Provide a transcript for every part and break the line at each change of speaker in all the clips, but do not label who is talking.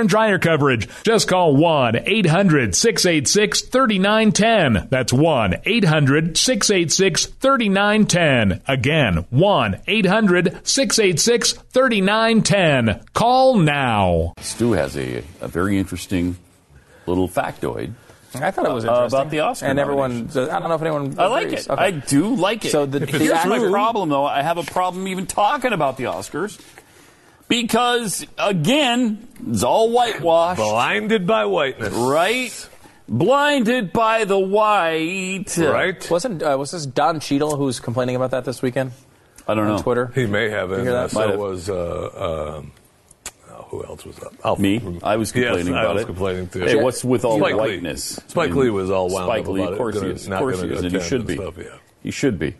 and dryer coverage. Just call 1 800 686 3910. That's 1 800 686 3910. Again, 1 800 686 3910. Call now.
Stu has a, a very interesting little factoid.
I thought it was
uh,
interesting.
about the Oscar
And everyone,
nominations.
so I don't know if anyone.
I like
agrees.
it.
Okay.
I do like it.
So the-
If
the
it's here's my
true-
problem, though. I have a problem even talking about the Oscars because, again, it's all whitewashed.
Blinded by whiteness.
Right? Blinded by the white.
Right?
wasn't uh, was this Don Cheadle who's complaining about that this weekend
I don't know.
on Twitter?
He may have it.
Figure that-
and
Might
So
have.
was, uh, um, oh, who else was up? I'll-
Me? I was complaining
yes,
about
I was
it.
complaining too.
Hey, what's with all
Spike
the
Lee.
whiteness?
Spike
I mean,
Lee was all wound
Spike
up
Lee,
about
of course
it.
he
gonna-
is. Of
not
course he
gonna
is, and he
attend
should be.
Stuff, yeah.
He should be.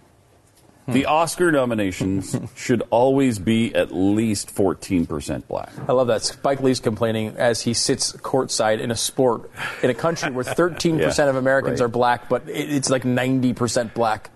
The
Hmm.
Oscar nominations should always be at least 14% black.
I love that. Spike Lee's complaining as he sits courtside in a sport in a country where 13%
Yeah,
of Americans
right.
are black, but it, it's like 90% black.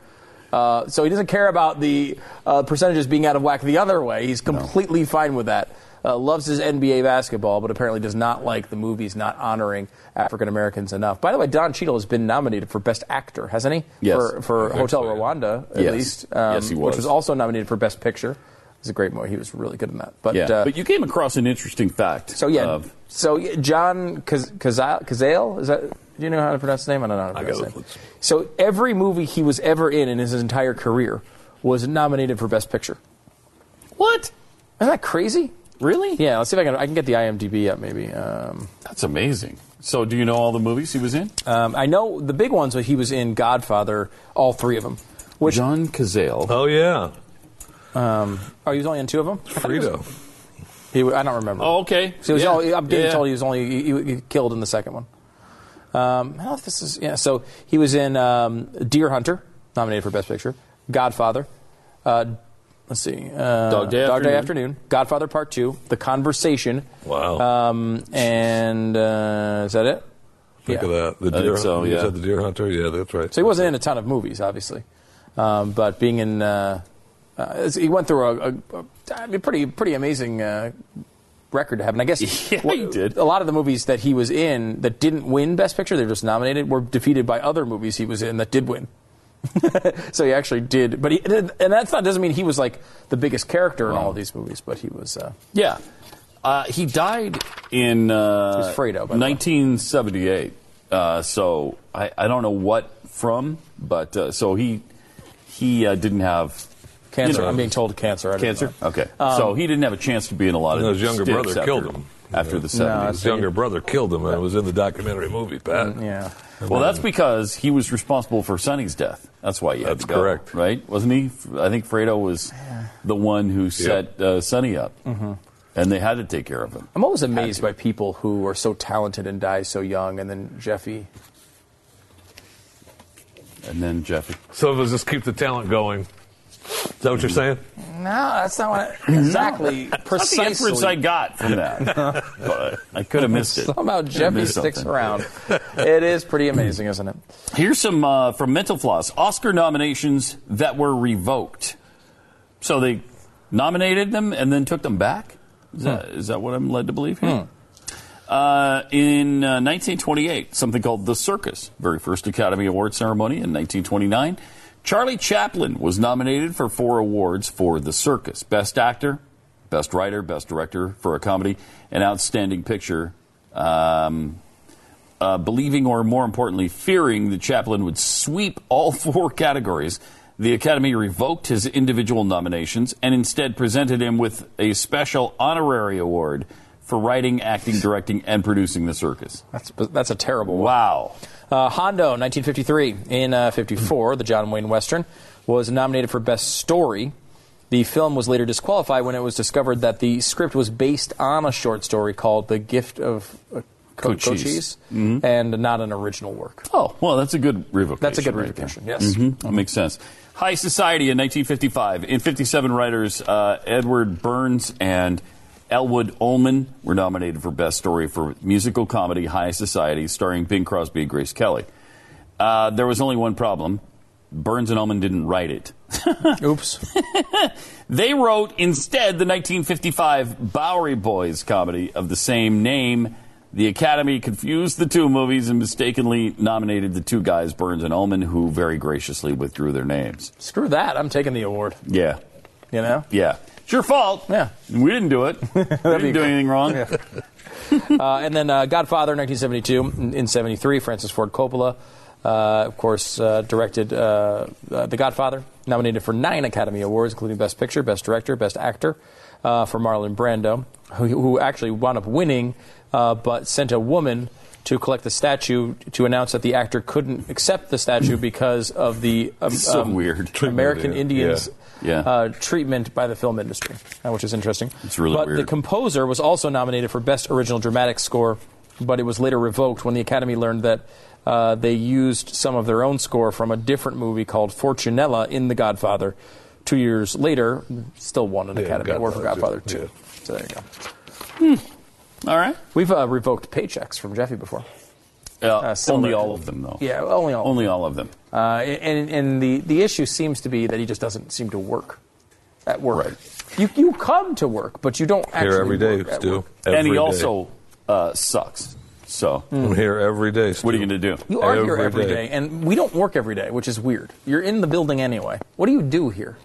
Uh, so he doesn't care about the uh, percentages being out of whack the other way. He's completely fine with that. Uh, loves his NBA basketball, but apparently does not like the movies not honoring African Americans enough. By the way, Don Cheadle has been nominated for Best Actor, hasn't he?
Yes.
For, for Hotel Rwanda, at
Yes.
least. um,
Yes, he
Which
was.
was also nominated for Best Picture. It was a great movie. He was really good in that. But,
Yeah.
uh,
but you came across an interesting fact.
so yeah,
of-
so yeah, John Caz- Cazale, Cazale is that? Do you know how to pronounce his name? I don't know how to pronounce
got
his
it.
name. So every movie he was ever in in his entire career was nominated for Best Picture.
what?
Isn't that crazy?
Really?
Yeah, let's see if I can. I can get the IMDb up maybe. Um,
That's amazing. So, do you know all the movies he was in?
um, I know the big ones. He was in Godfather, all three of them. Which Uh,
John Cazale.
Oh, yeah.
oh, he was only in two of them.
Frito.
He, I don't remember.
Oh, okay.
So he was
Yeah.
only, I'm getting
Yeah.
told he was only he, he- he killed in the second one. Um, I don't know if this is yeah. So he was in um, Deer Hunter, nominated for Best Picture, Godfather. Uh, let's see, uh,
Dog Day Afternoon.
Afternoon, Godfather Part Two, The Conversation.
Wow.
Uh,
Um, and uh, is that it?
Think
yeah.
of that. The
I
deer
think so,
hunter. You
yeah.
said the deer hunter? Yeah, that's right.
So he wasn't in a ton of movies, obviously, um, but being in, uh, uh, he went through a, a, a I mean, pretty pretty amazing uh, record to have. And I guess
Yeah, he did.
A lot of the movies that he was in that didn't win Best Picture, they were just nominated, were defeated by other movies he was in that did win. so he actually did, but he, and that's not doesn't mean he was like the biggest character in all of these movies, but he was. Uh,
Yeah. Uh, he died in uh,
It was Fredo, by the way.
1978. Uh, so I, I don't know what from, but uh, so he he uh, didn't have
Cancer.
You know,
I'm being told cancer. I don't
cancer.
know. Um,
Okay, so he didn't have a chance to be in a lot of
And his younger
stints
brother
after-
killed him.
after
Yeah.
the
No,
70s.
that's-
His younger brother killed him, and it was in the documentary movie,
Mm,
Pat.
Yeah.
Well, that's because he was responsible for Sonny's death. That's why he had
That's
to go,
correct.
right? Wasn't he? I think Fredo was the one who set uh, Sonny up,
Mm-hmm.
and they had to take care of him.
I'm always amazed by people who are so talented and die so young, and then Jeffy
And then Jeffy.
So let's just keep the talent going. Is that what you're saying?
No, that's not what I, exactly
That's the inference I
precisely.
got from that. but I could have missed it.
Somehow Jeffy
Missed
sticks
something.
around. It is pretty amazing, isn't it?
Here's some uh, from Mental Floss Oscar nominations that were revoked. So they nominated them and then took them back? Is, that, is that what I'm led to believe here? Uh, in uh, 1928, something called The Circus, very first Academy Award ceremony in 1929, Charlie Chaplin was nominated for four awards for The Circus Best Actor, Best Writer, Best Director for a Comedy, and Outstanding Picture. Um, uh, believing or more importantly, fearing that Chaplin would sweep all four categories, the Academy revoked his individual nominations and instead presented him with a special honorary award for writing, acting, directing, and producing the circus.
That's that's a terrible one.
Wow.
Uh, Hondo, 1953. In uh, 54, the John Wayne Western was nominated for Best Story. The film was later disqualified when it was discovered that the script was based on a short story called The Gift of uh, Co-
Cochise. Mm-hmm.
Cochise and not an original work.
Oh, well, that's a good revocation.
That's a good
right there.
revocation, yes.
Mhm, That makes sense. High Society in 1955. In 57, writers uh, Edward Burns and Elwood Ullman were nominated for Best Story for musical comedy High Society, starring Bing Crosby and Grace Kelly. Uh, there was only one problem Burns and Ullman didn't write it.
Oops.
They wrote instead the 1955 Bowery Boys comedy of the same name. The Academy confused the two movies and mistakenly nominated the two guys, Burns and Ullman, who very graciously withdrew their names.
Screw that. I'm taking the award.
Yeah.
You know?
Yeah. It's your fault.
Yeah.
We didn't do it. We didn't do anything wrong.
Uh, and then uh, Godfather, 1972. In- In 73, Francis Ford Coppola, uh, of course, uh, directed uh, uh, The Godfather, nominated for nine Academy Awards, including Best Picture, Best Director, Best Actor, uh, for Marlon Brando, who, who actually wound up winning, uh, but sent a woman to collect the statue to announce that the actor couldn't accept the statue because of the um,
so
um,
weird.
American
Yeah.
Indians
Yeah.
Uh, treatment by the film industry, uh, which is interesting.
It's really
but The
weird.
composer was also nominated for Best Original Dramatic Score, but it was later revoked when the Academy learned that uh, they used some of their own score from a different movie called Fortunella in The Godfather. Two years later, still won an
Yeah,
Academy Award for
Godfather
Godfather
too.
2. So there you go.
All right.
We've uh, revoked paychecks from Jeffy before.
Uh,
similar
only
to-
all of them, though.
Yeah, only all.
Only all of them.
Uh, and and the, the issue seems to be that he just doesn't seem to work at work.
Right.
You, you come to work, but you don't actually
Here every day,
work at
Stu.
work.
and he
Every day.
also uh, sucks. So,
I'm here every day.
what are you going to do?
You are here
Every
every day.
day.
and we don't work every day, which is weird. You're in the building anyway. What do you do here?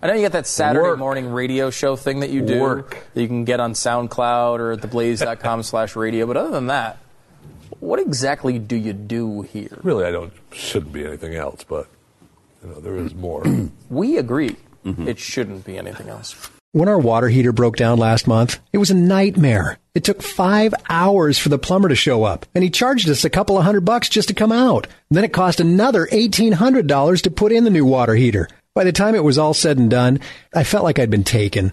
I know you got that Saturday
Work.
morning radio show thing that you do
Work.
that you can get on SoundCloud or at theblaze.com slash radio, but other than that, what exactly do you do here?
Really, I don't shouldn't be anything else, but you know there is more.
We agree
Mm-hmm.
it shouldn't be anything else.
When our water heater broke down last month, it was a nightmare. It took five hours for the plumber to show up, and he charged us a couple of hundred bucks just to come out. Then it cost another $1,800 to put in the new water heater. By the time it was all said and done, I felt like I'd been taken.